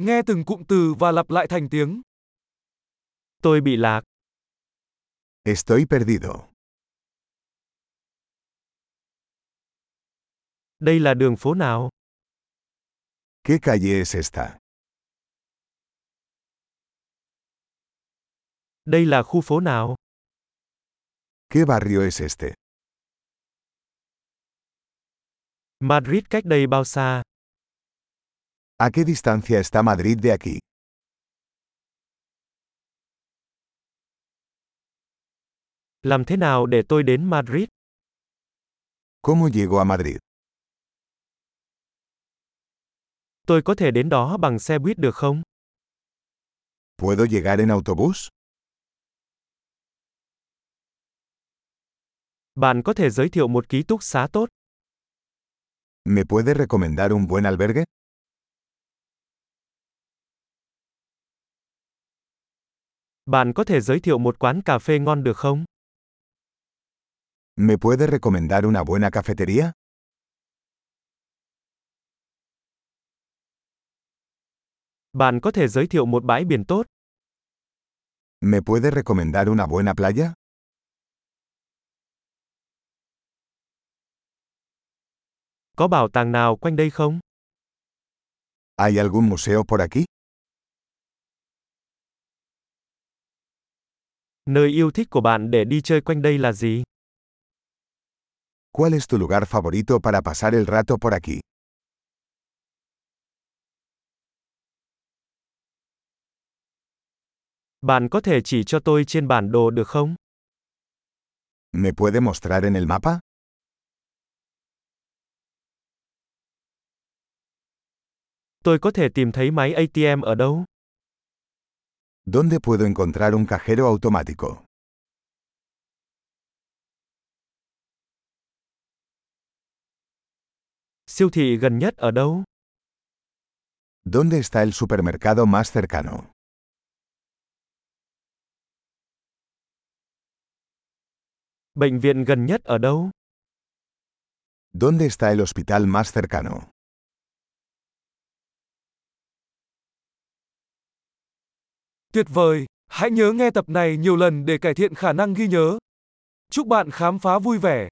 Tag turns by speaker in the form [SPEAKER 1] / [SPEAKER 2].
[SPEAKER 1] Nghe từng cụm từ và lặp lại thành tiếng.
[SPEAKER 2] Tôi bị lạc.
[SPEAKER 3] Estoy perdido.
[SPEAKER 2] Đây là đường phố nào?
[SPEAKER 3] ¿Qué calle es esta?
[SPEAKER 2] Đây là khu phố nào?
[SPEAKER 3] ¿Qué barrio es este?
[SPEAKER 2] Madrid cách đây bao xa?
[SPEAKER 3] ¿A qué distancia está Madrid de aquí?
[SPEAKER 2] Làm thế nào để tôi đến Madrid?
[SPEAKER 3] ¿Cómo llego a Madrid?
[SPEAKER 2] Tôi có thể đến đó bằng xe buýt được không?
[SPEAKER 3] ¿Puedo llegar en autobús?
[SPEAKER 2] Bạn có thể giới thiệu một ký túc xá tốt.
[SPEAKER 3] ¿Me puede recomendar un buen albergue?
[SPEAKER 2] Bạn có thể giới thiệu một quán cà phê ngon được không?
[SPEAKER 3] ¿Me puede recomendar una buena cafetería?
[SPEAKER 2] Bạn có thể giới thiệu một bãi biển tốt.
[SPEAKER 3] ¿Me puede recomendar una buena playa?
[SPEAKER 2] Có bảo tàng nào quanh đây không?
[SPEAKER 3] ¿Hay algún museo por aquí?
[SPEAKER 2] Nơi yêu thích của bạn để đi chơi quanh đây là gì?
[SPEAKER 3] ¿Cuál es tu lugar favorito para pasar el rato por aquí?
[SPEAKER 2] Bạn có thể chỉ cho tôi trên bản đồ được không?
[SPEAKER 3] ¿Me puede mostrar en el mapa?
[SPEAKER 2] Tôi có thể tìm thấy máy ATM ở đâu?
[SPEAKER 3] ¿Dónde puedo encontrar un cajero automático?
[SPEAKER 2] Siêu thị gần nhất ở đâu?
[SPEAKER 3] ¿Dónde está el supermercado más cercano?
[SPEAKER 2] Bệnh viện gần nhất ở đâu?
[SPEAKER 3] ¿Dónde está el hospital más cercano?
[SPEAKER 1] Tuyệt vời! Hãy nhớ nghe tập này nhiều lần để cải thiện khả năng ghi nhớ. Chúc bạn khám phá vui vẻ!